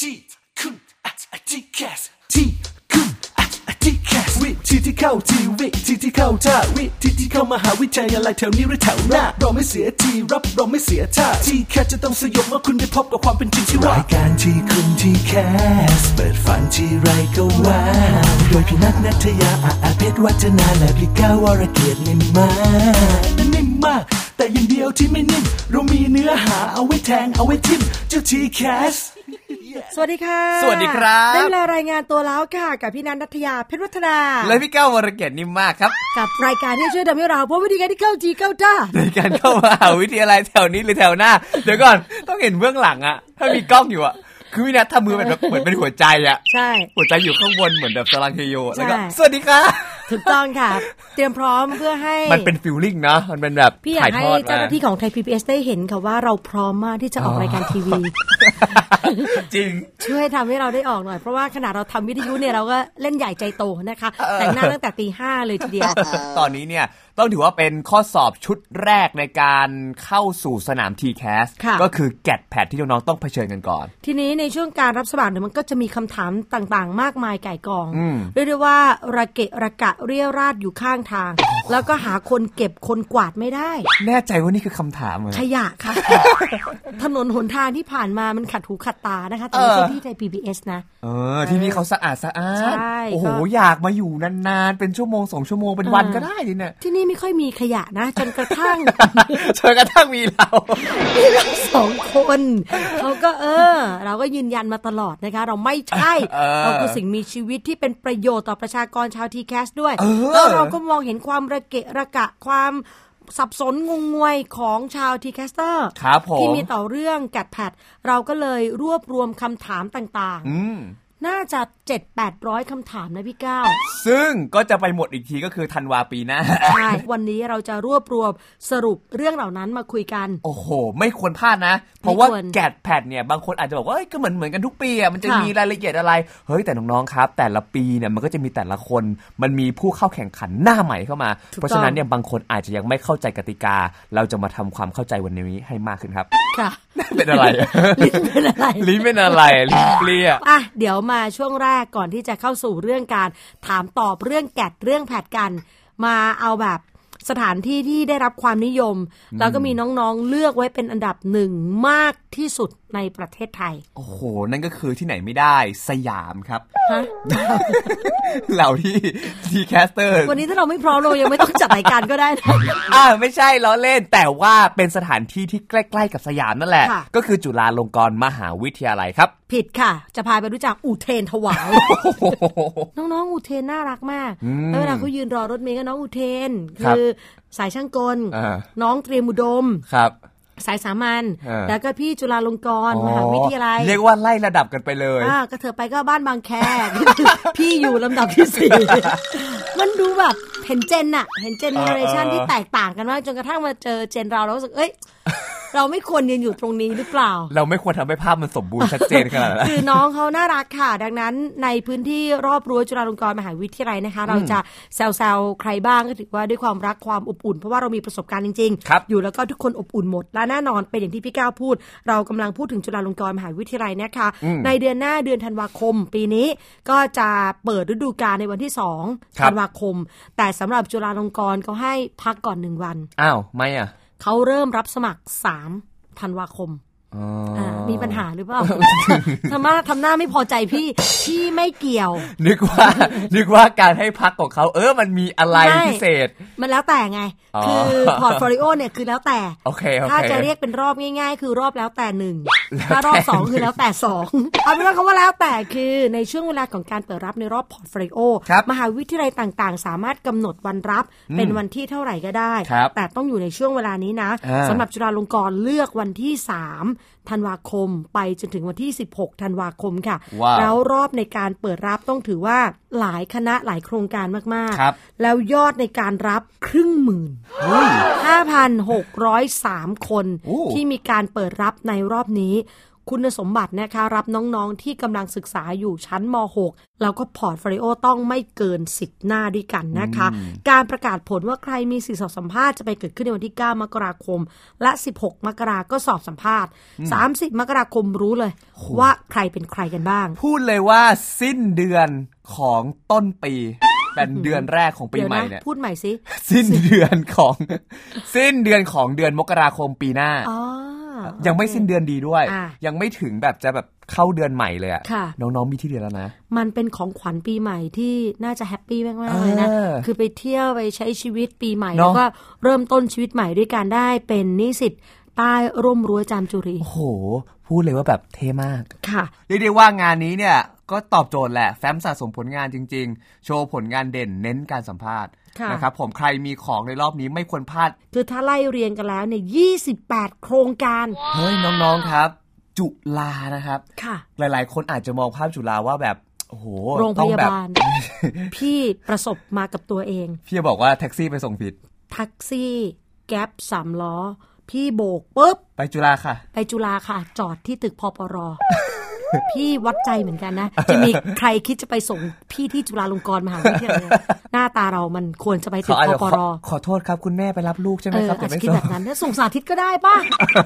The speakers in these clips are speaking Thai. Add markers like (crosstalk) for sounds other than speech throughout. ที่คุณอาที่แคสที่คุณอาที่แคสวิธีที่เข้าทีวิธีที่เข้าท่าวิธีที่เข้ามหาวิทยาลัยแถวนี้หรือแถวหน้าเราไม่เสียทีรับเราไม่เสียท่าที่แคสจะต้องสยบเมื่อคุณได้พบกับความเป็นจริงที่ว่ารายการที่คุณที่แคสเปิดฝันที่ไรก็ว่าโดยพี่นัทนัทยาอาอาเพชรวัฒนาและพี่ก้าวรเกียรตินิ่มมากนิ่มมาก แต่อย่างเดียวที่ไม่นิ่มเรามีเนื้อหาเอาไว้แทงเอาไว้ทิมเจ้าทีแคส สวัสดีค่ะ สวัสดีครับ ได้เวลารายงานตัวแล้วค่ะ กับพี่นันนัทยาเพชรวัฒนา และพี่ก้าววรเกียรตินิ่มมากครับ (laughs) กับรายการที่จะช่วยทำให้เราพบวิธีการที่เข้าจีเข้าจ้า ในการเข้ามหาวิทยาลัยแถวนี้หรือแถวหน้า เดี๋ยวก่อนต้องเห็นเบื้องหลังอะถ้ามีกล้องอยู่อะคือพี่นัททำมือแบบเหมือนเป็นหัวใจอะ ใช่ หัวใจอยู่ข้างบนเหมือนแบบสลังเฮโยแล้วก็ ใช่ สวัสดีค่ะ ถูกต้องค่ะ เตรียมพร้อมเพื่อให้ มันเป็นฟิลลิ่งนะมันเป็นแบบ พี่อยา ถ่าก ยท ให้ อด เจ้าห มา น้าที่ของไทย PBS ได้เห็นค่ะว่าเราพร้อมมากที่จะออกรายการทีวี (laughs) จริง (laughs) ช่วยทำให้เราได้ออกหน่อย เพราะว่าขนาดเราทำวิทยุเนี่ยเราก็เล่นใหญ่ใจโตนะคะ แต่งหน้าตั้งแต่ตีห้าเลยทีเดียว ตอนนี้เนี่ยต้องถือว่าเป็นข้อสอบชุดแรกในการเข้าสู่สนาม TCAS ค่ะ ก็คือแกดแพดที่น้องๆต้องเผชิญกันก่อน ทีนี้ในช่วงการรับสมัครเนี่ยมันก็จะมีคำถามต่างๆ มากมายไก่ายกอง อืม เรียกได้ว่าระเกะระกะเรียราดอยู่ข้างทาง แล้วก็หาคนเก็บคนกวาดไม่ได้ แน่ใจว่านี่คือคำถามเหรอ ขยะค่ะ ถนนหนทางที่ผ่านมามันขัดหูขัดตานะคะแต่ไม่ใช่ที่ไทย PBS นะ เออที่นี่เขาสะอาดสะอาด ใช่ โอ้โห ก็ อยากมาอยู่นานๆ เป็นชั่วโมงสองชั่วโมงเป็นวันก็ได้ดิเนี่ย (laughs) ที่นี่ไม่ค่อยมีขยะนะ จนกระทั่ง จนกระทั่งมีเรา (laughs) พี่เราสองคนเขาก็เออ เราก็ยืนยันมาตลอดนะคะ เราไม่ใช่ (laughs) เออ เราคือสิ่งมีชีวิตที่เป็นประโยชน์ต่อประชากรชาวทีแคสด้วย เออ แล้วเราก็มองเห็นความระเกะระกะความสับสนงงงวยของชาวทีแคสเตอร์ ครับผ ที่ ม มีต่อเรื่องกัดแพดเราก็เลยรวบรวมคำถามต่าง อืม ๆ น่าจะ7 8 0 0คำถามนะพี่ก้าว ซึ่งก็จะไปหมดอีกทีก็คือธันวาปีหน้า (laughs) ใช่วันนี้เราจะรวบรวมสรุปเรื่องเหล่านั้นมาคุยกัน โอ้โห ไม่ควรพลาดนะ เพราะว่า ไม่ควร แกดแพดเนี่ย บางคนอาจจะบอกว่าเอ้ยก็เหมือนเหมือนกันทุกปีอ่ะมันจะ ค่ะ มีรายละเอียดอะไร เฮ้ย แต่น้องๆครับ แต่ละปีเนี่ยมันก็จะมีแต่ละคน มันมีผู้เข้าแข่งขันหน้าใหม่เข้ามา ถูกต้อง เพราะฉะนั้นเนี่ยบางคนอาจจะยังไม่เข้าใจกติกา เราจะมาทำความเข้าใจวันนี้ให้มากขึ้นครับ (laughs) ค่ะ เป็นอะไร ลิ้นเป็นอะไร ลิ้นเป็นอะไรลิ้นเปรี้ย อ่ะเดี๋ยวมาช่วงแรกก่อนที่จะเข้าสู่เรื่องการถามตอบเรื่องแกดเรื่องแผดกัน มาเอาแบบสถานที่ที่ได้รับความนิยม แล้วก็มีน้องๆเลือกไว้เป็นอันดับหนึ่งมากที่สุดในประเทศไทย โอ้โห นั่นก็คือที่ไหนไม่ได้ สยามครับ (laughs) ฮะ เหล่าที่ทีแคสเตอร์ วันนี้ถ้าเราไม่พร้อมเรายังไม่ต้องจัดรายการก็ได้นะ อ่าไม่ใช่ล้อเล่น แต่ว่าเป็นสถานที่ที่ใกล้ ๆ กับสยามนั่นแหละ ค่ะ ก็คือจุฬาลงกรณ์มหาวิทยาลัยครับ ผิดค่ะ จะพาไปรู้จักอุเทนถวาย (laughs) น้องๆอุเทนน่ารักมาก อืม แล้วเวลาเขายืนรอรถเมย์ก็น้องอุเทน ครับ อสายช่างกล อ่า น้องเตรียมอุดม ครับ สายสามัญ เออ แล้วก็พี่จุฬาลงกรณ์มหาวิทยาลัย เรียกว่าไล่ระดับกันไปเลย อ่าก็เธอไปก็บ้านบางแค (laughs) พี่อยู่ลำดับที่สี่ (laughs) มันดูแบบเห็นเจนอะเห็นเจนเนอเรชัน เออเออ ที่แตกต่างกันมากจนกระทั่งมาเจอเจนเราแล้วรู้สึก เอ้ย (laughs) เราไม่ควรยืนอยู่ตรงนี้หรือเปล่า เราไม่ควรทำให้ภาพมันสมบูรณ์ชัดเจนขนาดนั้น (laughs) คือน้องเขาน่ารักค่ะ ดังนั้นในพื้นที่รอบรั้วจุฬาลงกรณ์มหาวิทยาลัยนะคะ เราจะแซวๆใครบ้างก็ถือว่าด้วยความรักความอบอุ่น เพราะว่าเรามีประสบการณ์จริง ครับ อยู่แล้วก็ทุกคนอบอุ่นหมด และแน่นอนเป็นอย่างที่พี่ก้าวพูด เรากำลังพูดถึงจุฬาลงกรณ์มหาวิทยาลัยนะคะ ในเดือนหน้าเดือนธันวาคม ปีนี้ก็จะเปิดฤดูกาลในวันที่สองธันวาคม แต่สำหรับจุฬาลงกรณ์เขาให้พักก่อนหนึ่งวัน อ้าวไม่อ่ะ เขาเริ่มรับสมัครสามธันวาคม อ๋ออ อ่ามีปัญหาหรือเปล่า ทำหน้าทำหน้าไม่พอใจพี่ พี่ไม่เกี่ยว นึกว่า นึกว่าการให้พักของเขา เออมันมีอะไร ไม่ พิเศษ มันแล้วแต่ไง อ๋อ คือพอร์ตโฟลิโอเนี่ยคือแล้วแต่ โอเคโอเค ถ้าจะเรียกเป็นรอบง่าย ๆ คือรอบแล้วแต่หนึ่ง แล้วถ้ารแต่อบสองคือแล้วแต่สอง เอาเป็นว่าคำว่าแล้วแต่คือในช่วงเวลาของการเปิดรับในรอบพอร์ตโฟลิโอ ครับ มหาวิทยาลัยต่างๆ สามารถกำหนดวันรับเป็นวันที่เท่าไหร่ก็ได้ ครับ แต่ต้องอยู่ในช่วงเวลานี้นะ อ่า สำหรับจุฬาลงกรณ์เลือกวันที่3ธันวาคม ไปจนถึงวันที่ 16ธันวาคมค่ะ ว้าว แล้วรอบในการเปิดรับต้องถือว่าหลายคณะหลายโครงการมาก ครับ ๆ แล้วยอดในการรับครึ่งหมื่น เฮ้ย 5,603 คน โอ้ ที่มีการเปิดรับในรอบนี้ คุณสมบัตินะคะรับน้องๆที่กำลังศึกษาอยู่ชั้นม .6 แล้วก็พอร์ตโฟลิโอต้องไม่เกิน 10 หน้าด้วยกันนะคะ การประกาศผลว่าใครมีสิทธิสอบสัมภาษณ์จะไปเกิดขึ้นในวันที่ 9 มกราคม และ 16 มกราก็สอบสัมภาษณ์ 30 มกราคมรู้เลย ว่าใครเป็นใครกันบ้าง พูดเลยว่าสิ้นเดือนของต้นปีเป็นเดือนแรกของปี เดี๋ยว ใหม่ นะ เนี่ย พูดใหม่สิ สิ้นเดือนของ (laughs) สิ้นเดือนของเดือนมกราคมปีหน้า อ๋อ ยังไม่สิ้นเดือนดีด้วย อ่ะ ยังไม่ถึงแบบจะแบบเข้าเดือนใหม่เลยอะ ค่ะ น้องๆมีที่เดือนแล้วนะ มันเป็นของขวัญปีใหม่ที่น่าจะแฮปปี้มากๆเลยนะ เออ คือไปเที่ยวไปใช้ชีวิตปีใหม่ เนอะ แล้วก็เริ่มต้นชีวิตใหม่ด้วยการได้เป็นนิสิตใต้ร่มรั้วจามจุรี โอ้โห พูดเลยว่าแบบเท่มาก ค่ะ เรียกได้ว่างานนี้เนี่ยก็ตอบโจทย์แหละ แฟ้มสะสมผลงานจริง ๆ โชว์ผลงานเด่นเน้นการสัมภาษณ์ ค่ะ นะครับผมใครมีของในรอบนี้ไม่ควรพลาด คือถ้าไล่เรียงกันแล้วเนี่ย28 โครงการ เฮ้ยน้องๆครับ จุฬานะครับ ค่ะ หลายๆ คนอาจจะมองภาพจุฬาว่าแบบโอ้โห โรงพ ต้องแบบยาาล (laughs) พี่ประสบมากับตัวเอง พี่จะบอกว่าแท็กซี่ไปส่งผิด แท็กซี่ แก๊ปสามล้อ พี่โบกปุ๊บ ไปจุฬาค่ะ ไปจุฬาค่ะ จอด (laughs) ที่ตึกพปร พี่วัดใจเหมือนกันนะ จะมีใครคิดจะไปส่งพี่ที่จุฬาลงกรณ์มหาวิทยาลัย (laughs) เนี่ยหน้าตาเรามันควรจะไปตึกเขาอาจ พ จะ ป ขอ ร ขอโทษครับคุณแม่ไปรับลูกใช่ไห เออมครับ อาจจะคิด ส่ แบบ ง นั้นนะส่งสาธิตก็ได้ (laughs) ป่ะ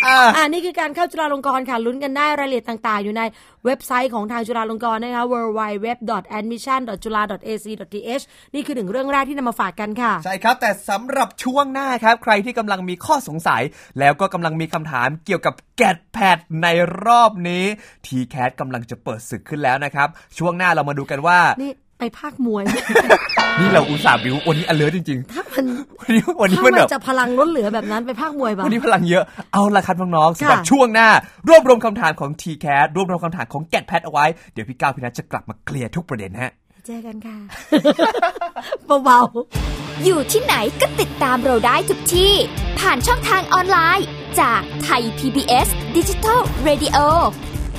อ่า อ่านี่คือการเข้าจุฬาลงกรณ์ค่ะลุ้นกันได้รายละเอียดต่าง ๆ อยู่ในเว็บไซต์ของทางจุฬาลงกรณ์นะคะ www.admission.jula.ac.th นี่คือหนึ่งเรื่องแรกที่นำมาฝากกันค่ะ ใช่ครับ แต่สำหรับช่วงหน้าครับ ใครที่กำลังมีข้อสงสัย แล้วก็กำลังมีคำถามเกี่ยวกับแกดแพดในรอบนี้ทีแคสกำลังจะเปิดศึกขึ้นแล้วนะครับ ช่วงหน้าเรามาดูกันว่า นี่ไปภาคมวย นี่เราอุตส่าห์บิววันนี้อเลิร์จริง ถ้ามัน ๆ (laughs) วันนี้วันนี้ ถ้า มัน มั แบ น บ จะพลังล้นเหลือแบบนั้นไปภาคมวยบ้า วันนี้พลังเยอะเอาละครับน้องๆสำหรับ ค่ะ ช่วงหน้า รวบรวมคำถามของ t c a s รวบรวมคำถามของแกดแพดเอาไว้เดี๋ยวพี่ก้าวพี่นัทจะกลับมาเคลียร์ทุกประเด็นฮะ เจอกันค่ะ เบาๆ อยู่ที่ไหนก็ติดตามเราได้ทุกที่ ผ่านช่องทางออนไลน์ จากไทย PBS Digital Radio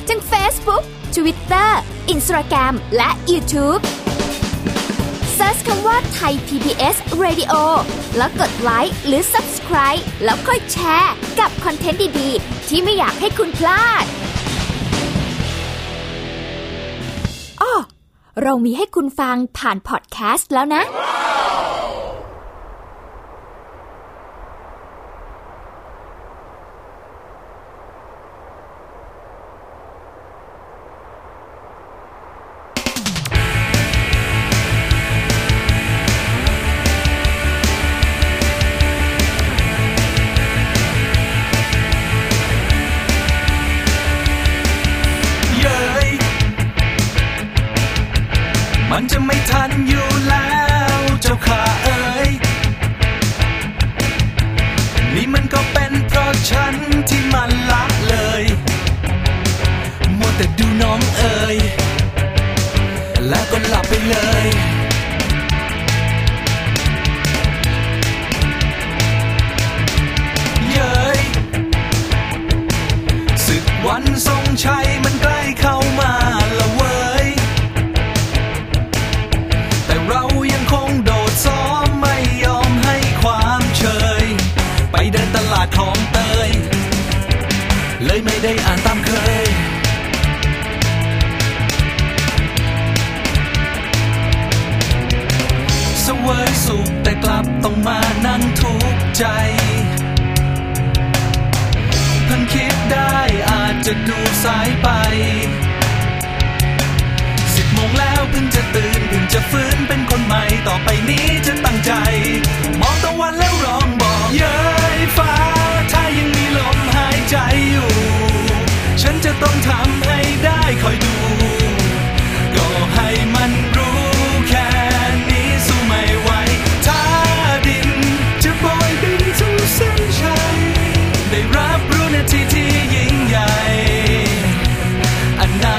ทั้ง Facebook Twitter Instagram และ YouTube Search คำว่าไทย PBS Radio แล้วกดไลค์หรือ Subscribe แล้วค่อยแชร์ กับคอนเทนต์ดี ๆ ที่ไม่อยากให้คุณพลาดอ้อเรามีให้คุณฟังผ่านพอดแคสต์แล้วนะ เย้ยมันจะไม่ทันอยู่แล้วเจ้าขาเอ๋ยนี่มันก็เป็นเพราะฉันที่มันละเลยมัวแต่ดูน้องเอ๋ยแล้วก็หลับไปเลย เย้ย ศึกวันทรงชัยมันใกล้เข้ามาละเว้ย แต่เรายังคงโดดซ้อมไม่ยอมให้ความเชย ไปเดินตลาดของเตย เลยไม่ได้อ่านตามเคย เสวยสุขแต่กลับต้องมานั่งทุกข์ใจ เพิ่งคิดได้อาจจะดูสายไป สิบโมงแล้วเพิ่งจะตื่นเพิ่งจะฟื้นเป็นคนใหม่ต่อไปนี้จะตั้งใจ มองตะวันแล้วร้องบอกเย้ยฟ้า ถ้ายังมีลมหายใจอยู่ ฉันจะต้องทำให้ได้คอยดู ก็ให้มันรู้แค่นี้สู้ไม่ไหวถ้าดินจะโบยบินสู่เส้นชัยได้รับรู้นาทีที่ยิ่งใหญ่ อนา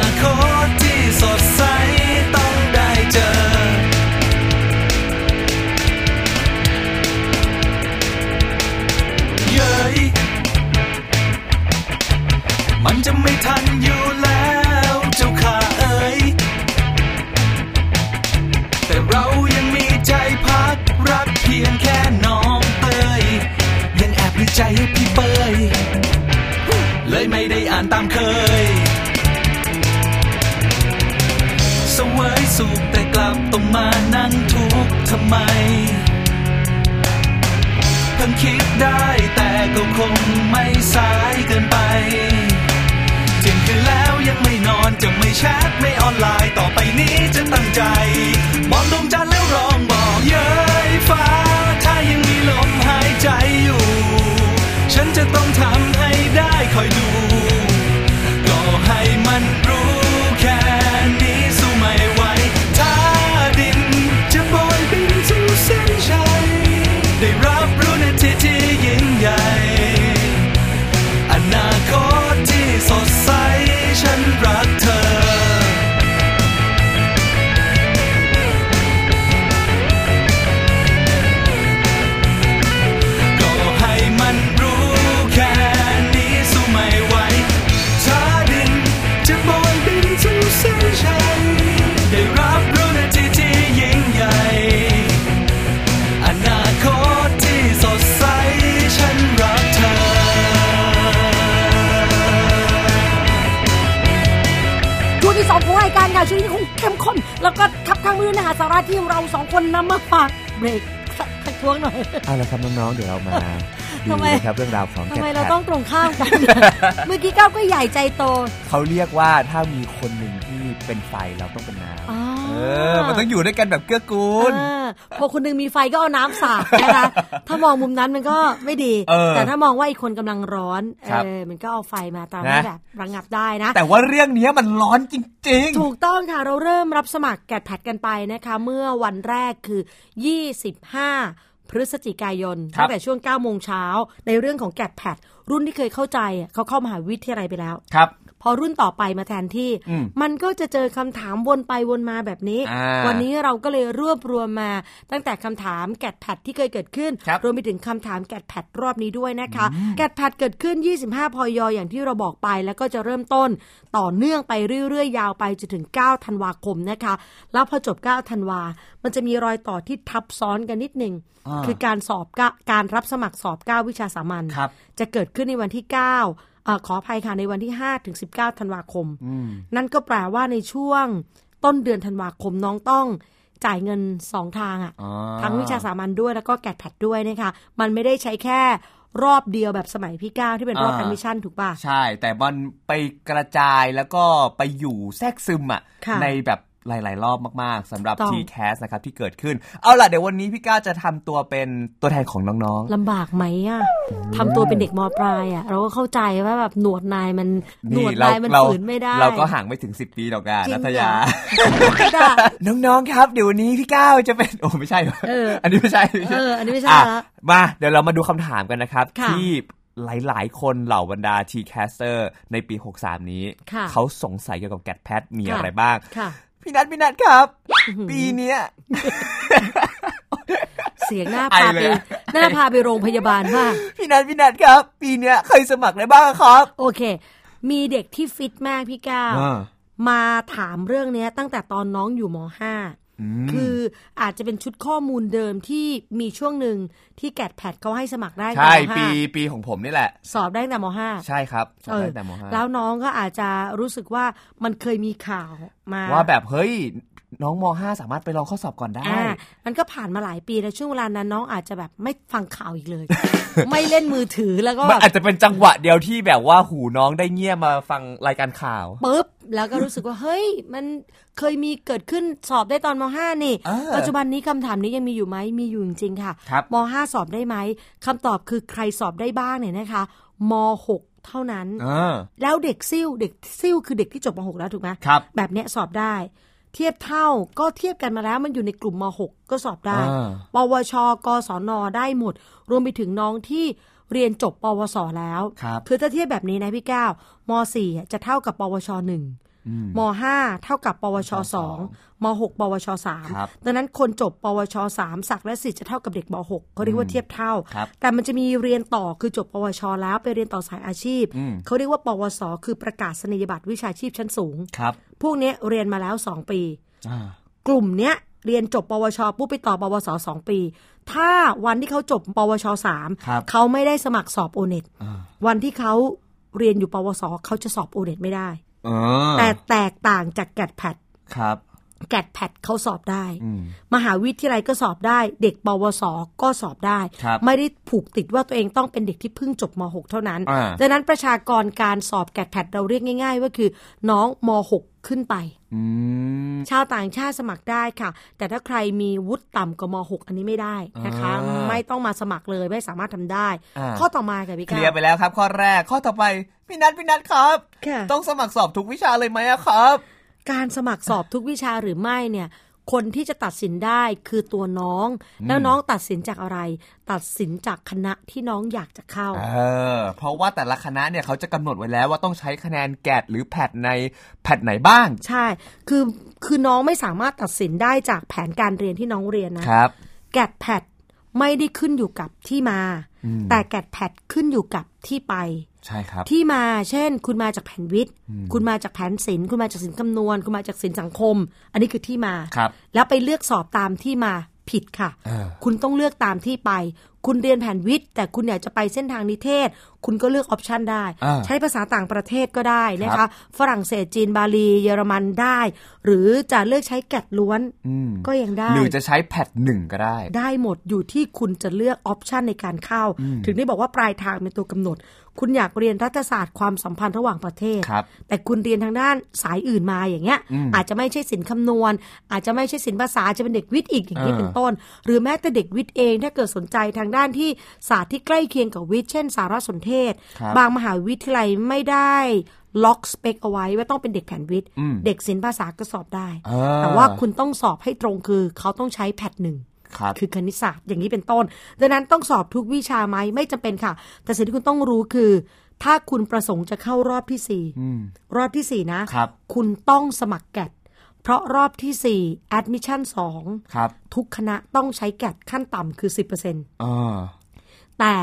คงไม่สายเกินไป เที่ยงคืนแล้วยังไม่นอนจะไม่แชทไม่ออนไลน์ต่อไปนี้จะตั้งใจ มองดวงจันทร์แล้วร้องบอกเย้ยฟ้า ถ้ายังมีลมหายใจอยู่ ฉันจะต้องทำให้ได้คอยดู ก็ให้มันรู้แค่นี้สู้ไม่ไหวถ้าดินจะโบยบินสู่เส้นชัยได้รับรู้นาทีที่ยิ่งใหญ่ อนาคตที่สดใส ฉันรักเธอ ก็ให้มันรู้แค่นี้สู้ไม่ไหวถ้าดินจะโบยบินสู่เส้นชัยได้รับรู้นาทีที่ยิ่งใหญ่ อนาคตที่สดใส ฉันรักเธอ ช่วงที่สองของรายการค่ะช่วงนี้คงเข้มข้น แล้วก็ทับข้างมือเนะฮะสาระที่เราสองคนนำมาฝากเบรกทักท้วงหน่อย เอาละครับน้องๆเดี๋ยวเรา (laughs) มาดู ทำไม นะครับเรื่องราวของ ทำ แกะ ไม แพ เรา ด ต้องตรงข้าม (laughs) กัน เมื่อกี้ก้าวก็ใหญ่ใจโต เขาเรียกว่าถ้ามีคนหนึ่งที่เป็นไฟเราต้องเป็นน้ อ่า ำเออ มันต้องอยู่ด้วยกันแบบเกื้อกูล อ่าพอคนหนึงมีไฟก็เอาน้ำสาดนะคะ (laughs) ถ้ามองมุมนั้นมันก็ไม่ดี เออ แต่ถ้ามองว่าอีกคนกำลังร้อน ครับ เออมันก็เอาไฟมาตาม นะ ที่แบบระงับได้นะ แต่ว่าเรื่องเนี้ยมันร้อนจริง ถูกต้องค่ะ เราเริ่มรับสมัครแกดแพดกันไปนะคะ เมื่อวันแรกคือ 25 พฤศจิกายน ครับ ตั้งแต่ช่วง 9 โมงเช้า ในเรื่องของแกดแพดรุ่นที่เคยเข้าใจอ่ะเขาเข้ามหาวิทยาลัยไปแล้ว ๆ ครับ พอรุ่นต่อไปมาแทนที่ อืม มันก็จะเจอคำถามวนไปวนมาแบบนี้ อ่า วันนี้เราก็เลยรวบรวมมา ตั้งแต่คำถามแกดแพดที่เคยเกิดขึ้น ครับ รวมไปถึงคำถามแกดแพดรอบนี้ด้วยนะคะ แกดแพดเกิดขึ้น 25 พยอย่างที่เราบอกไป แล้วก็จะเริ่มต้นต่อเนื่องไปเรื่อยๆ ยาวไปจนถึง 9 ธันวาคมนะคะ แล้วพอจบ 9 ธันวา มันจะมีรอยต่อที่ทับซ้อนกันนิดหนึ่ง อ่า คือการสอบเก้าการรับสมัครสอบ 9 วิชาสามัญ ครับ จะเกิดขึ้นในวันที่ 9เออขออภัยค่ะในวันที่ 5 ถึง 19 ธันวาคม นั่นก็แปลว่าในช่วงต้นเดือนธันวาคมน้องต้องจ่ายเงิน 2 ทางอะ อ๋อ ทั้งวิชาสามัญด้วยแล้วก็แกดแพดด้วยนะคะ มันไม่ได้ใช้แค่รอบเดียวแบบสมัยพี่ก้าวที่เป็นรอบ อ่า แอดมิชชั่นถูกป่ะ ใช่ แต่มันไปกระจายแล้วก็ไปอยู่แทรกซึมอ่ะ ค่ะ ในแบบหลาย ๆ รอบมาก ๆสำหรับ ถูกต้อง T-Cast นะครับที่เกิดขึ้น เอาล่ะ เดี๋ยววันนี้พี่ก้าวจะทำตัวเป็นตัวแทนของน้อง ลำบากไหมอะทำตัวเป็นเด็กมปลายอะเราก็เข้าใจว่าแบบหนวดนายมัน ๆ หน นี่ วด เรา นายมัน เรา ฝืนไม่ได้ เราก็ห่างไม่ถึง 10 ปีหรอกอะ จริ นั ง ท เหร ยา อไม่ได้ (laughs) น้อง ๆ ครับ เดี๋ยววันนี้พี่ก้าวจะเป็น (laughs) โอ้ ไม่ใช่หร เอออั นนี้ไม่ใช่ไม่ใช่ เอออันนี้ไม่ใช่ละ ะมาเดี๋ยวเรามาดูคำถามกันนะครับ ค่ะ ที่หลายๆ คนเหล่าบรรดา T-Caster ในปี 63 นี้ ค่ะ เขาสงสัยเกี่ยวกับแกดแพทมี ค่ะ อะไรบ้าง ค่ะ พี่นัทพี่นัทครับ ปีเนี้ย เสียงหน้าพา ไอเล ไป ยอะ หน้าพาไปโรงพยาบาลมาก พี่นัทพี่นัทครับ ปีเนี้ยเคยสมัครอะไรบ้างครับ โอเค มีเด็กที่ฟิตมากพี่ก้าว อ่า มาถามเรื่องเนี้ยตั้งแต่ตอนน้องอยู่ม .5 คืออาจจะเป็นชุดข้อมูลเดิมที่มีช่วงหนึ่งที่แกดแพดเขาให้สมัครได้ตั้ง ใช่ แต่ม ปี ห้า ปีของผมนี่แหละ สอบได้ตั้งแต่ม .5 ใช่ครับสมัครตั้งแต่มห้า แล้วน้องก็อาจจะรู้สึกว่ามันเคยมีข่าวมา ว่าแบบเฮ้ย น้องมห้าสามารถไปลองข้อสอบก่อนได้ อ่ามันก็ผ่านมาหลายปีแล้วช่วงเวลานั้นน้องอาจจะแบบไม่ฟังข่าวอีกเลย (laughs) ไม่เล่นมือถือแล้วก็ มัน แบบ อาจจะเป็นจังหวะเดียวที่แบบว่าหูน้องได้เงี่ยมาฟังรายการข่าว ปุ๊บแล้วก็รู้สึกว่า เฮ้ย มันเคยมีเกิดขึ้นสอบได้ตอนม .5 นี่ เออ ปัจจุบันนี้คำถามนี้ยังมีอยู่ไหมมีอยู่จริงๆค่ะ ครับ ม .5 สอบได้ไหมคำตอบคือใครสอบได้บ้างเนี่ยนะคะม .6 เท่านั้น า แล้วเด็กซิ่วเด็กซิ่วคือเด็กที่จบม .6 แล้วถูกไหม ครับ แบบเนี้ยสอบได้ เทียบเท่าก็เทียบกันมาแล้วมันอยู่ในกลุ่มม .6 ก็สอบได้ อ่า ปวช กศน ได้หมด รวมไปถึงน้องที่เรียนจบ ปวส แล้ว ครับ คือถ้าเทียบแบบนี้นะพี่ก้าวม .4 อ่ะจะเท่ากับ ปวช 1ม .5 เท่ากับ ปวช 2ม .6 ปวช ครับ 3ดังนั้นคนจบ ปวช 3 ศักดิ์และสิทธิ์จะเท่ากับเด็กม .6 เขาเรียกว่าเทียบเท่า ครับ แต่มันจะมีเรียนต่อคือจบ ปวช แล้วไปเรียนต่อสายอาชีพ เขาเรียกว่า ปวส คือประกาศนียบัตรวิชาชีพชั้นสูง ครับ พวกเนี้ยเรียนมาแล้ว 2 ปี กลุ่มเนี้ยเรียนจบ ปวช ปุ๊บไปต่อ ปวสสองปี ถ้าวันที่เขาจบ ปวชสาม ครับ เขาไม่ได้สมัครสอบโอเน็ตวันที่เขาเรียนอยู่ ปวสเขาจะสอบโอเน็ตไม่ได้ เออ แต่แตกต่างจากแกดแพด ครับ แกดแพดเขาสอบได้ มหาวิทยาลัยก็สอบได้ เด็กปวสก็สอบได้ ครับ ไม่ได้ผูกติดว่าตัวเองต้องเป็นเด็กที่เพิ่งจบม .6 เท่านั้น อ่า ดังนั้นประชากรการสอบแกดแพดเราเรียกง่าย ๆ ว่าคือน้องม .6 ขึ้นไป อืม ชาวต่างชาติสมัครได้ค่ะ แต่ถ้าใครมีวุฒิต่ำกว่าม .6 อันนี้ไม่ได้นะคะ อ่า ไม่ต้องมาสมัครเลยไม่สามารถทำได้ อ่า ข้อต่อมาค่ะพี่ เค ก้าว ลียร์ไปแล้วครับ ข้อแรกข้อต่อไปพี่นัทพี่นัทครับ ค่ะ ต้องสมัครสอบทุกวิชาเลยไหมอะครับ การสมัครสอบทุกวิชาหรือไม่เนี่ย คนที่จะตัดสินได้คือตัวน้อง แล้วน้องตัดสินจากอะไร ตัดสินจากคณะที่น้องอยากจะเข้า เออ เพราะว่าแต่ละคณะเนี่ยเขาจะกำหนดไว้แล้วว่าต้องใช้คะแนนแกดหรือแพทในแพทไหนบ้าง ใช่ คือคือน้องไม่สามารถตัดสินได้จากแผนการเรียนที่น้องเรียนนะ ครับ แกดแพดไม่ได้ขึ้นอยู่กับที่มา แต่แกดแพดขึ้นอยู่กับที่ไป ใช่ครับ ที่มาเช่น คุณมาจากแผนวิทย์ คุณมาจากแผนศิลป์คุณมาจากศิลป์คำนวณ คุณมาจากศิลป์สังคม อันนี้คือที่มา ครับ แล้วไปเลือกสอบตามที่มาผิดค่ะ เออ คุณต้องเลือกตามที่ไป คุณเรียนแผนวิทย์ แต่คุณอยากจะไปเส้นทางนิเทศ คุณก็เลือกออปชันได้ อ่า ใช้ภาษาต่างประเทศก็ได้นะ ครั คะ บ ฝรั่งเศสจีนบาลีเยอรมันได้ หรือจะเลือกใช้แกดล้วนก็ยังได้ หรือจะใช้แพทหนึ่งก็ได้ ได้หมดอยู่ที่คุณจะเลือกออปชันในการเข้า ถึงได้บอกว่าปลายทางเป็นตัวกำหนด คุณอยากเรียนรัฐศาสตร์ความสัมพันธ์ระหว่างประเทศ ครับ แต่คุณเรียนทางด้านสายอื่นมาอย่างเงี้ย อาจจะไม่ใช่ศิลป์คำนวณ อาจจะไม่ใช่ศิลป์ภาษาอาจจะเป็นเด็กวิทย์อีกอย่างนี้ เออ เป็นต้น หรือแม้แต่เด็กวิทย์เองถ้าเกิดสนใจทางด้านที่ศาสตร์ที่ใกล้เคียงกับวิทย์เช่น สารสนเทศ ครับ บางมหาวิทยาลัยไม่ได้ล็อกสเปคเอาไว้ว่าต้องเป็นเด็กแผนวิทย์ อืม เด็กศิลป์ภาษาก็สอบได้ อ่า แต่ว่าคุณต้องสอบให้ตรงคือเขาต้องใช้แพทหนึ่ง ครับ คือคณิตศาสตร์อย่างนี้เป็นต้น ดังนั้นต้องสอบทุกวิชาไหมไม่จำเป็นค่ะ แต่สิ่งที่คุณต้องรู้คือ ถ้าคุณประสงค์จะเข้ารอบที่สี่รอบที่สี่นะครับ ณต้องสมัครแกดเพราะรอบที่สี่ admission สอง ครับ ทุกคณะต้องใช้แกดขั้นต่ำคือ 10% เออ แต่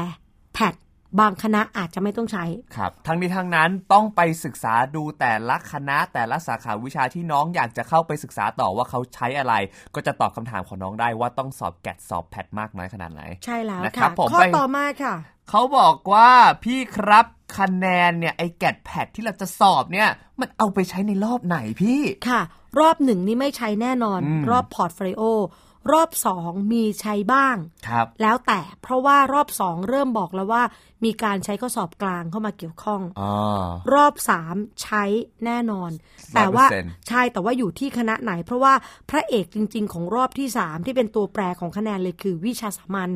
แพทบางคณะอาจจะไม่ต้องใช้ ครับ ทั้งนี้ทั้งนั้นต้องไปศึกษาดูแต่ละคณะแต่ละสาขาวิชาที่น้องอยากจะเข้าไปศึกษาต่อว่าเขาใช้อะไร ก็จะตอบคำถามของน้องได้ว่าต้องสอบแกดสอบแพทมากน้อยขนาดไหน ใช่แล้ว นะครั ค่ะ บผม ข้อ ไป ต่อมาค่ะ เขาบอกว่าพี่ครับคะแนนเนี่ยไอแกดแพดที่เราจะสอบเนี่ย มันเอาไปใช้ในรอบไหนพี่ ค่ะ รอบหนึ่งนี่ไม่ใช้แน่นอน รอบพอร์ตโฟลิโอรอบสองมีใช้บ้าง ครับ แล้วแต่เพราะว่ารอบสองเริ่มบอกแล้วว่า มีการใช้ข้อสอบกลางเข้ามาเกี่ยวข้อง อ๋อ รอบสามใช้แน่นอน แต่ว่า 100% ใช่แต่ว่าอยู่ที่คณะไหน เพราะว่าพระเอกจริง ๆ ของรอบที่สามที่เป็นตัวแปรของคะแนนเลยคือวิชาสามัญ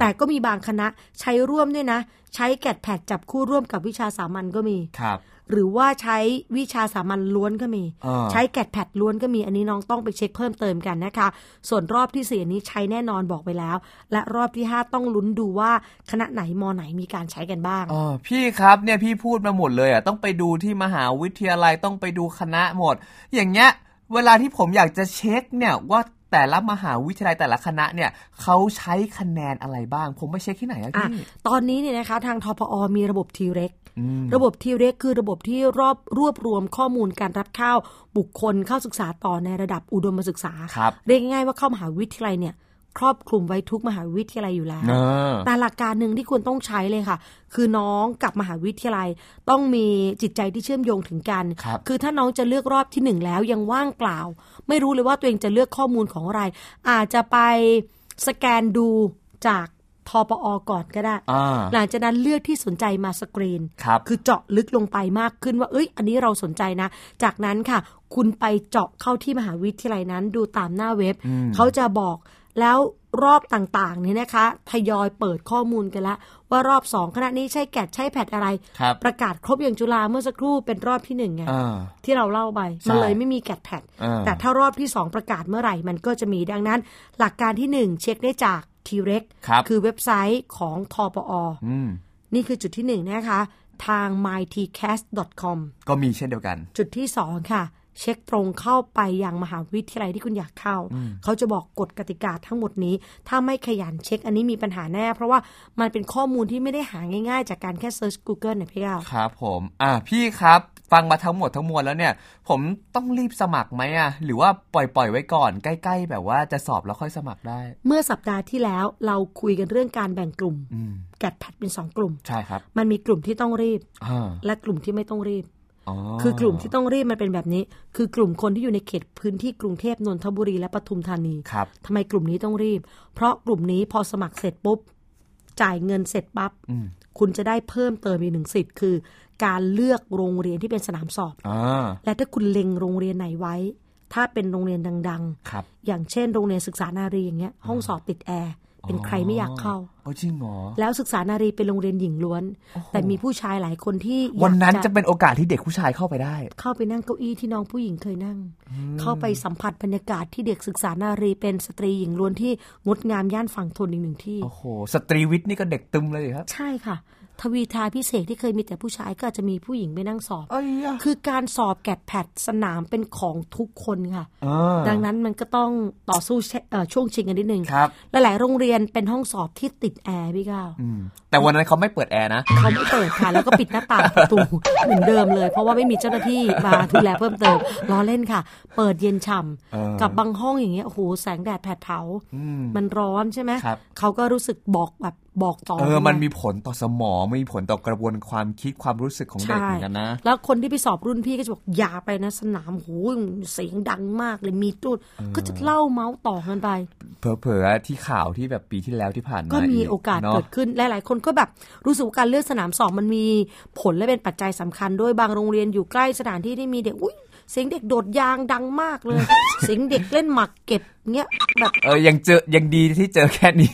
แต่ก็มีบางคณะใช้ร่วมด้วยนะ ใช้แกดแพดจับคู่ร่วมกับวิชาสามัญก็มี ครับ หรือว่าใช้วิชาสามัญล้วนก็มี อ่า ใช้แกดแพดล้วนก็มีอันนี้น้องต้องไปเช็คเพิ่มเติมกันนะคะ ส่วนรอบที่สี่อันนี้ใช้แน่นอนบอกไปแล้ว และรอบที่ 5 ต้องลุ้นดูว่าคณะไหนมอไหนมีการใช้กันบ้าง อ๋อพี่ครับเนี่ยพี่พูดมาหมดเลยอ่ะต้องไปดูที่มหาวิทยาลัยต้องไปดูคณะหมด อย่างเงี้ยเวลาที่ผมอยากจะเช็คเนี่ยว่าแต่ละมหาวิทยาลัยแต่ละคณะเนี่ยเขาใช้คะแนนอะไรบ้าง ผมไปเช็คที่ไหนอะ อ่ะ พี่ ตอนนี้เนี่ยนะคะทางทพอมีระบบทีเร็กระบบทีเร็กคือระบบที่รอบรวบรวมข้อมูลการรับเข้าบุคคลเข้าศึกษาต่อในระดับอุดมศึกษา ครับ เรียกง่ายๆว่าเข้ามหาวิทยาลัยเนี่ยครอบคลุมไว้ทุกมหาวิทยาลัยอยู่แล้ว อ่า แต่หลักการหนึ่งที่ควรต้องใช้เลยค่ะ คือน้องกับมหาวิทยาลัย ต้องมีจิตใจที่เชื่อมโยงถึงกัน ครับ คือถ้าน้องจะเลือกรอบที่หนึ่งแล้วยังว่างเปล่า ไม่รู้เลยว่าตัวเองจะเลือกข้อมูลของอะไร อาจจะไปสแกนดูจากทปอก่อนก็ได้ อ่า หลังจากนั้นเลือกที่สนใจมาสกรีน ครับ อเจาะลึกลงไปมากขึ้นว่า เอ้ย อันนี้เราสนใจนะ จากนั้นค่ะ คุณไปเจาะเข้าที่มหาวิทยาลัยนั้นดูตามหน้าเว็บ เขาจะบอกแล้วรอบต่างๆเนี่ยนะคะ ทยอยเปิดข้อมูลกันละว่ารอบสองคณะนี้ใช่แกดใช่แพทอะไร ครับ ประกาศครบอย่างจุฬาเมื่อสักครู่เป็นรอบที่หนึ่งไง อ่า ที่เราเล่าไป ใช่ มันเลยไม่มีแกดแพท อ่า แต่ถ้ารอบที่สองประกาศเมื่อไหร่มันก็จะมีดังนั้น หลักการที่หนึ่งเช็คได้จากทีเร็ก ครับ คือเว็บไซต์ของทปอ นี่คือจุดที่หนึ่งนะคะ ทาง mytcast.com ก็มีเช่นเดียวกัน จุดที่สองค่ะ เช็คตรงเข้าไปยังมหาวิทยาลัยที่คุณอยากเข้า เขาจะบอกกฎกติกาทั้งหมดนี้ ถ้าไม่ขยันเช็คอันนี้มีปัญหาแน่ เพราะว่ามันเป็นข้อมูลที่ไม่ได้หาง่ายๆ จากการแค่เซิร์ช Google เนี่ยพี่ก้าว ครับผมอ่ะพี่ครับฟังมาทั้งหมดทั้งมวลแล้วเนี่ย ผมต้องรีบสมัครไหมอ่ะหรือว่าปล่อยปล่อยๆไว้ก่อนใกล้ ๆ แบบว่าจะสอบแล้วค่อยสมัครได้ เมื่อสัปดาห์ที่แล้วเราคุยกันเรื่องการแบ่งกลุ่มกัดแพทเป็นสองกลุ่ม ใช่ครับ มันมีกลุ่มที่ต้องรีบ อ่า และกลุ่มที่ไม่ต้องรีบ อ๋อ คือกลุ่มที่ต้องรีบมันเป็นแบบนี้ คือกลุ่มคนที่อยู่ในเขตพื้นที่กรุงเทพนนทบุรีและปทุมธานี ครับ ทำไมกลุ่มนี้ต้องรีบ เพราะกลุ่มนี้พอสมัครเสร็จปุ๊บ จ่ายเงินเสร็จปั๊บคุณจะได้เพิ่มเติมอีกหนึ่งสิทธิ์คือ การเลือกโรงเรียนที่เป็นสนามสอบ อ่า และถ้าคุณเล็งโรงเรียนไหนไว้ ถ้าเป็นโรงเรียนดัง ครับ ๆ อย่างเช่น โรงเรียนศึกษานารีอย่างเงี้ยห้องสอบติดแอร์เป็นใครไม่อยากเข้า โอ้จริงเหรอ แล้วศึกษานารีเป็นโรงเรียนหญิงล้วน แต่มีผู้ชายหลายคนที่อยาก วันนั้นจะเป็นโอกาสที่เด็กผู้ชายเข้าไปได้ เข้าไปนั่งเก้าอี้ที่น้องผู้หญิงเคยนั่ง เข้าไปสัมผัสบรรยากาศที่เด็กศึกษานารีเป็นสตรีหญิงล้วนที่งดงามย่านฝั่งทนอีกหนึ่งที่ โอ้โห สตรีวิทย์นี่ก็เด็กตึมเลยสิครับ ใช่ค่ะ ทวีทาพิเศษที่เคยมีแต่ผู้ชายก็อาจจะมีผู้หญิงไปนั่งสอบ เอ้ยอะ คือการสอบแกดแพดสนามเป็นของทุกคนค่ะ อ่า ดังนั้นมันก็ต้องต่อสู้เชเอ่อช่วงชิงกันนิดนึง ครับ หลายๆโรงเรียนเป็นห้องสอบที่ติดแอร์พี่ก้าว แต่วันนั้นเขาไม่เปิดแอร์นะ เขาไม่เปิดค่ะ แล้วก็ปิดหน้าต่างประตูเหมือนเดิมเลย เพราะว่าไม่มีเจ้าหน้าที่มาดูแลเพิ่มเติมล้อเล่นค่ะ เปิดเย็นฉ่ เออ ำกับบางห้องอย่างเงี้ยโอ้โหแสงแดดแผดเผา มันร้อนใช่ไหม ครับ เขาก็รู้สึกบอกแบบบอกต่อ เออ มันมี ไง ผลต่อสมองมีผลต่อกระบวนความคิดความรู้สึกของเด็ก ใช่ เหมือนกันนะ แล้วคนที่ไปสอบรุ่นพี่ก็จะบอกอย่าไปนะสนามโอ้โหูเสียงดังมากเลยมีจุดก็จะเล่าเมาส์ต่อกันไป เผลอๆที่ข่าวที่แบบปีที่แล้วที่ผ่านมา ก็มีโอกาส นะ เกิดขึ้นหลาย ๆ คนก็แบบรู้สึกว่าการเลือกสนามสอบมันมีผลและเป็นปัจจัยสำคัญด้วยบางโรงเรียนอยู่ใกล้สถานที่ที่มีเด็กอุ้ยเสียงเด็กโดดยางดังมากเลย (laughs) เสียงเด็กเล่นหมากเก็บเงี้ยแบบ เออ ยังเจอ ยังดีที่เจอแค่ (laughs) นี้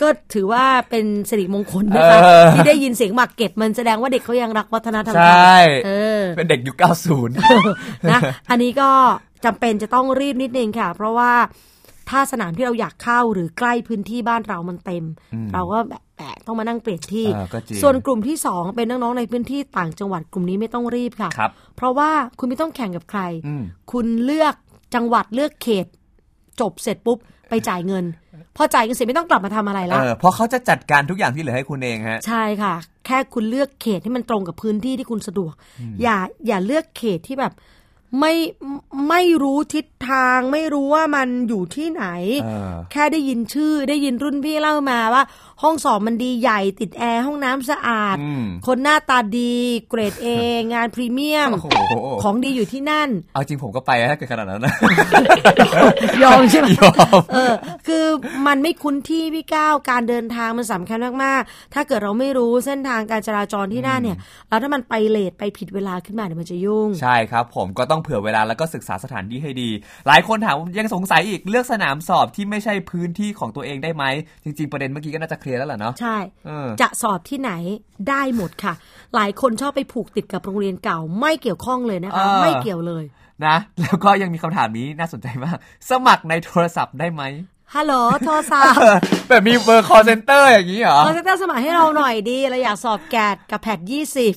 ก็ถือว่าเป็นสิริมงคลนะคะ เออ ที่ได้ยินเสียงหมากเก็บมันแสดงว่าเด็กเขายังรักวัฒนธรรม ใชไท่ยเออ เป็นเด็กยุค90 นะอันนี้ก็จำเป็นจะต้องรีบนิดนึงค่ะ เพราะว่าถ้าสนามที่เราอยากเข้าหรือใกล้พื้นที่บ้านเรามันเต็ม เราก็แบบแปะต้องมานั่งเปลี่ยนที่ เออก็จริง ส่วนกลุ่มที่สองเป็นน้องๆในพื้นที่ต่างจังหวัดกลุ่มนี้ไม่ต้องรีบค่ะ ครับ เพราะว่าคุณไม่ต้องแข่งกับใคร อืม คุณเลือกจังหวัดเลือกเขต จบเสร็จปุ๊บไปจ่ายเงิน พอจ่ายเงินเสร็จไม่ต้องกลับมาทำอะไร เอ ละ อเพราะเขาจะจัดการทุกอย่างที่เหลือให้คุณเองฮะ ใช่ค่ะ แค่คุณเลือกเขตที่มันตรงกับพื้นที่ที่คุณสะดวก อย่าอย่าเลือกเขตที่แบบ ไม่ไม่รู้ทิศทาง ไม่รู้ว่ามันอยู่ที่ไหน เออ แค่ได้ยินชื่อได้ยินรุ่นพี่เล่ามาว่า ห้องสอบมันดีใหญ่ติดแอร์ห้องน้ำสะอาด อืม คนหน้าตาดี เกรดเองานพรีเมียม โอ้โห ของดีอยู่ที่นั่น เอาจริงผมก็ไปนะถ้าเกิดขนาดนั้นนะ ยอมใช่ไหม (laughs) ยอม เออ คือมันไม่คุ้นที่พี่ก้าวการเดินทางมันสำคัญมาก ๆ ถ้าเกิดเราไม่รู้เส้นทางการจราจรที่หน้าเนี่ย แล้วถ้ามันไปเลทไปผิดเวลาขึ้นมาเดี๋ยวมันจะยุ่ง (laughs) ใช่ครับ ผมก็ต้องเผื่อเวลาแล้วก็ศึกษาสถานที่ให้ดี หลายคนถามยังสงสัยอีกเลือกสนามสอบที่ไม่ใช่พื้นที่ของตัวเองได้ไหม จริง ๆ ประเด็นเมื่อกี้ก็น่าจะเคลียร์แล้วแหละเนาะ ใช่ เออ จะสอบที่ไหนได้หมดค่ะ หลายคนชอบไปผูกติดกับโรงเรียนเก่า ไม่เกี่ยวข้องเลยนะคะ เออ ไม่เกี่ยวเลย นะ แล้วก็ยังมีคำถามนี้น่าสนใจมาก สมัครในโทรศัพท์ได้ไหม ฮัลโหลโทรศัพท์ แบบมีเบอร์ call center อย่างนี้เหรอ เราจะตั้งสมัครให้เราหน่อยดีเราอยากสอบแกดกับแพทยี่สิบ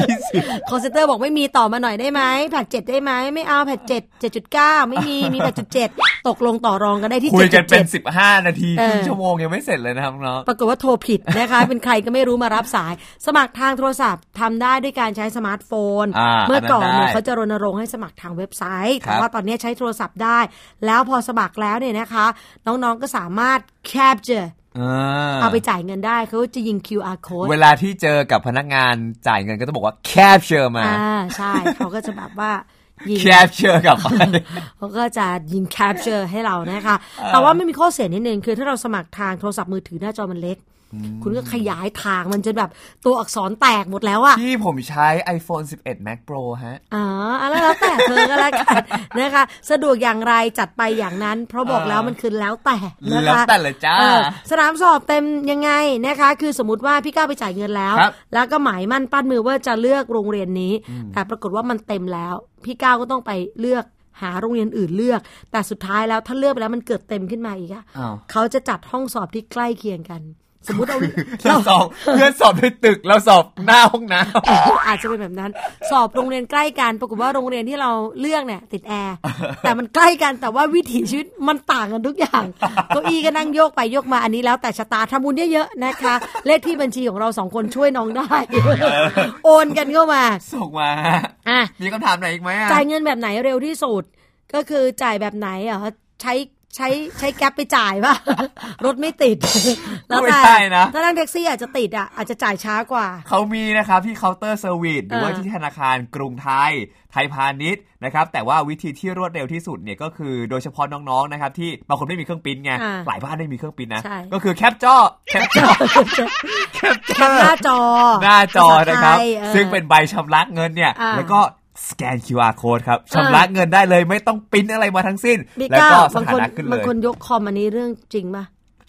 ยี่สิบ คอลเซ็นเตอร์บอกไม่มีต่อมาหน่อยได้ไหมแผ่นเจ็ดได้ไหมไม่เอาแผ่นเจ็ดเจ็ดจุดเก้าไม่มี มีแผ่นจุดเจ็ดตกลงต่อรองกันได้ที่ คุย เจ็ด กัจุดนเป็ เจ็ น ด 15 นาที เอ ค อ รึ่งชั่วโมงยังไม่เสร็จเลยนะครับน้อง ปรากฏว่าโทรผิดนะคะ (laughs) เป็นใครก็ไม่รู้มารับสาย สมัครทางโทรศัพท์ทำได้ด้วยการใช้สมาร์ทโฟน อ่า เมื่อก่อนเนี่ย อันนั้นได้ เขาจะรณรงค์ให้สมัครทางเว็บไซต์ ครับ แต่ว่าตอนนี้ใช้โทรศัพท์ได้ แล้วพอสมัครแล้วเนี่ยนะคะ น้องๆก็สามารถแคปเจอา เอาไปจ่ายเงินได้เขาจะยิง QR code เวลาที่เจอกับพนักงานจ่ายเงินก็ต้องบอกว่า capture มา อ่าใช่เขาก็จะแบบว่ายิง capture กลับไป (laughs) (laughs) เขาก็จะยิงแคปเจอร์ให้เรานะคะ แต่ว่าไม่มีข้อเสียนิดนึง คือถ้าเราสมัครทางโทรศัพท์มือถือหน้าจอมันเล็ก คุณก็ขยายทางมันจนแบบตัวอักษรแตกหมดแล้วอะ ที่ผมใช้ iPhone 11 Mac Pro ฮะ อ๋ออะแล้วแต่เธอก็แล้วกันนะคะ สะดวกอย่างไรจัดไปอย่างนั้น เพราะบอกแล้วมันคือแล้วแต่นะคะ แล้วแต่เลยจ้า ออสนามสอบเต็มยังไงนะคะ คือสมมติว่าพี่ก้าวไปจ่ายเงินแล้ว ครับ แล้วก็หมายมั่นปั้นมือว่าจะเลือกโรงเรียนนี้ แต่ปรากฏว่ามันเต็มแล้ว พี่ก้าวก็ต้องไปเลือกหาโรงเรียนอื่นเลือก แต่สุดท้ายแล้วถ้าเลือกไปแล้วมันเกิดเต็มขึ้นมาอีกอะ อ้าว เขาจะจัดห้องสอบที่ใกล้เคียงกัน สมมติเรา เราสอบ (laughs) เพื่อนสอบในตึก เราสอบหน้าห้องน้ำ (coughs) อาจจะเป็นแบบนั้น สอบโรงเรียนใกล้กัน ปรากฏว่าโรงเรียนที่เราเลือกเนี่ยติดแอร์ แต่มันใกล้กันแต่ว่าวิถีชีวิตมันต่างกันทุกอย่าง เก้าอี้ก็นั่งโยกไปโยกมาอันนี้แล้วแต่ชะตาทำบุญเยอะๆนะคะ เลขที่บัญชีของเราสองคนช่วยน้อง (laughs) ได้ โอนกันเข้ามา ส่งมาฮะ อ่ะ มีคำถามไหนอีกไหมอะ จ่ายเงินแบบไหนเร็วที่สุด ก็คือจ่ายแบบไหนอ่ะใช้ ใช้ใช้แก๊ปไปจ่ายป่ะ (laughs) รถไม่ (laughs) ติด แล้ว ไม่ แต่ ใช่นะ ถ้านั่งแท็กซี่อาจจะติดอ่ะอาจจะจ่ายช้ากว่า เขามีนะครับที่เคาน์เตอร์เซอร์วิสหรือว่า อ่า ที่ธนาคารกรุงไทย ไทยพาณิชย์นะครับ แต่ว่าวิธีที่รวดเร็วที่สุดเนี่ยก็คือโดยเฉพาะน้องๆนะครับที่บางคนไม่มีเครื่องปริ้นไง อ่า หลายบ้านไม่มีเครื่องปริ้นนะ ใช่ ก็คือแคปจอแคปจอแคปจอ หน้าจอ หน้าจอนะครับ ภาษาไทยออ ซึ่งเป็นใบชำระเงินเนี่ย อ่า แล้วก็สแกน QR code ครับชำระเงินได้เลยไม่ต้องปริ้นอะไรมาทั้งสิ้น มี แล้ว เา ก็ส บาง ถา คน นะขึ้นเล บาง ย คนยกคอมอันนี้เรื่องจริงป่ะ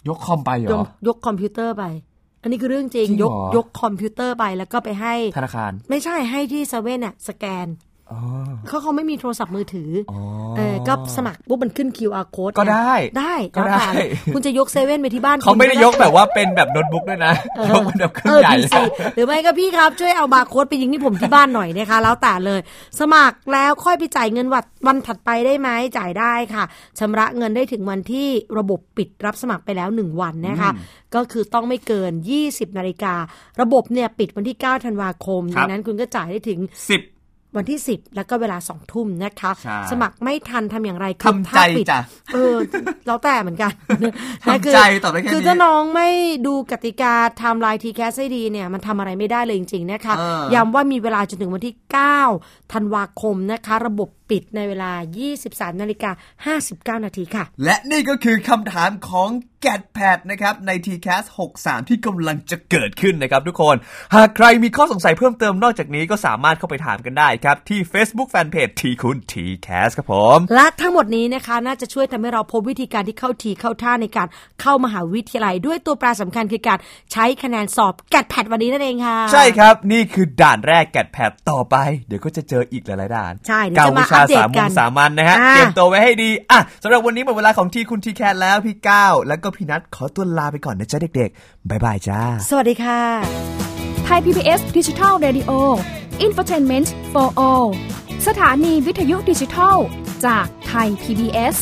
ยกคอมไปเหร ย อ กยกคอมพิวเตอร์ไป อันนี้คือเรื่องจริง จริงเหร ย อ กยกคอมพิวเตอร์ไปแล้วก็ไปให้ ธนาคาร ไม่ใช่ให้ที่เซเว่นอ่ะสแกน อ๋อ เขาเขาไม่มีโทรศัพท์มือถืออ อ เออก็สมัครปุ๊บมันขึ้น QR code ก็ได้ นะได้ ก็ได้ แล้วแต่คุณจะยกเซเว่นไปที่บ้าน เขา คุณ ไม่ได้ยกแบบว่าเป็นแบบโน้ตบุ๊กด้วยนะยกเป็นแบบเครื่องใหญ่ เออ PC หรือไม่ก็พี่ครับช่วยเอาบาร์โค้ดไปยิงที่ผมที่บ้านหน่อยนะคะ แล้วแต่เลย สมัครแล้วค่อยไปจ่ายเงินวัดวันถัดไปได้ไหมจ่ายได้ค่ะชำระเงินได้ถึงวันที่ระบบปิดรับสมัครไปแล้ว 1 วันนะคะ ก็คือต้องไม่เกิน 20นาฬิการะบบเนี่ยปิดวันที่9ธันวาคม ครั ดั บ งนั้นคุณก็จ่ายได้ถึง สิบ วันที่ 10 แล้วก็เวลาสองทุ่มนะคะ ใช่ สมัครไม่ทันทำอย่างไร ทำใจ ถ้าปิด จ้ะ เออ แล้วแต่เหมือนกัน (laughs) ทำใจ นะ ตอบได้แค่นี้ คือถ้าน้องไม่ดูกติกาไทม์ไลน์ทีแคสให้ดีเนี่ย มันทำอะไรไม่ได้เลยจริง ๆ นะคะ เออ ย้ำว่ามีเวลาจนถึงวันที่ 9 ธันวาคมนะคะ ระบบปิดในเวลา 23นาฬิกา59 นาทีค่ะ และนี่ก็คือคำถามของ g a t p a d นะครับ ใน t c a s 63 ที่กำลังจะเกิดขึ้นนะครับทุกคน หากใครมีข้อสงสัยเพิ่มเติมนอกจากนี้ก็สามารถเข้าไปถามกันได้ครับ ที่ Facebook Fanpage ทีคุณ t c a s ครับผม และทั้งหมดนี้นะคะ น่าจะช่วยทำให้เราพบวิธีการที่เข้าทีเข้าท่าในการเข้ามหาวิทยาลัย ด้วยตัวแปรสำคัญคือการใช้คะแนนสอบแกดแพดวันนี้นั่นเองค่ะ ใช่ครับ นี่คือด่านแรก g a t p a d ต่อไป เดี๋ยวก็จะเจออีกหลาย ๆ ด่าน ใช่เดี๋ยวจะมาเก้าวิชา อัปเดต สาม กั มุ น มสามัญนะฮะ อ่า เตรียมตัวไว้ให้ดีอ่ะสำหรับวันนี้หมดเวลาของทีคุณทีแคสแล้วพี่ก้าวแล้วก็พี่นัทขอตัวลาไปก่อนนะจ๊ะเด็กๆบ๊ายบายจ้า สวัสดีค่ะ ไทย PBS Digital Radio Infotainment for All สถานีวิทยุดิจิทัล จากไทย PBS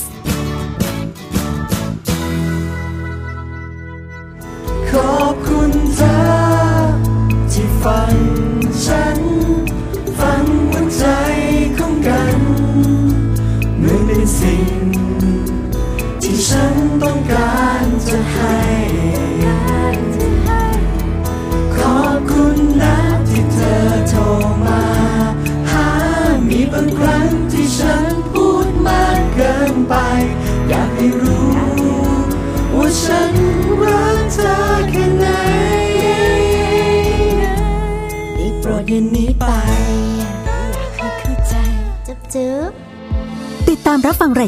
ขอบคุณเธอ ที่ฟังฉัน ฟังหัวใจของกันเหมือนเป็นสิ่ง ที่ฉันต้องการจะให้ ขอบคุณนะที่เธอโทรมา หา มีบางครั้งที่ฉันพูดมากเกินไป อยากให้รู้ ว่าฉันรักเธอแค่ไหนได้โปรดอย่าหนีไป จุ๊บจุ๊บ ติดตามรับฟังรา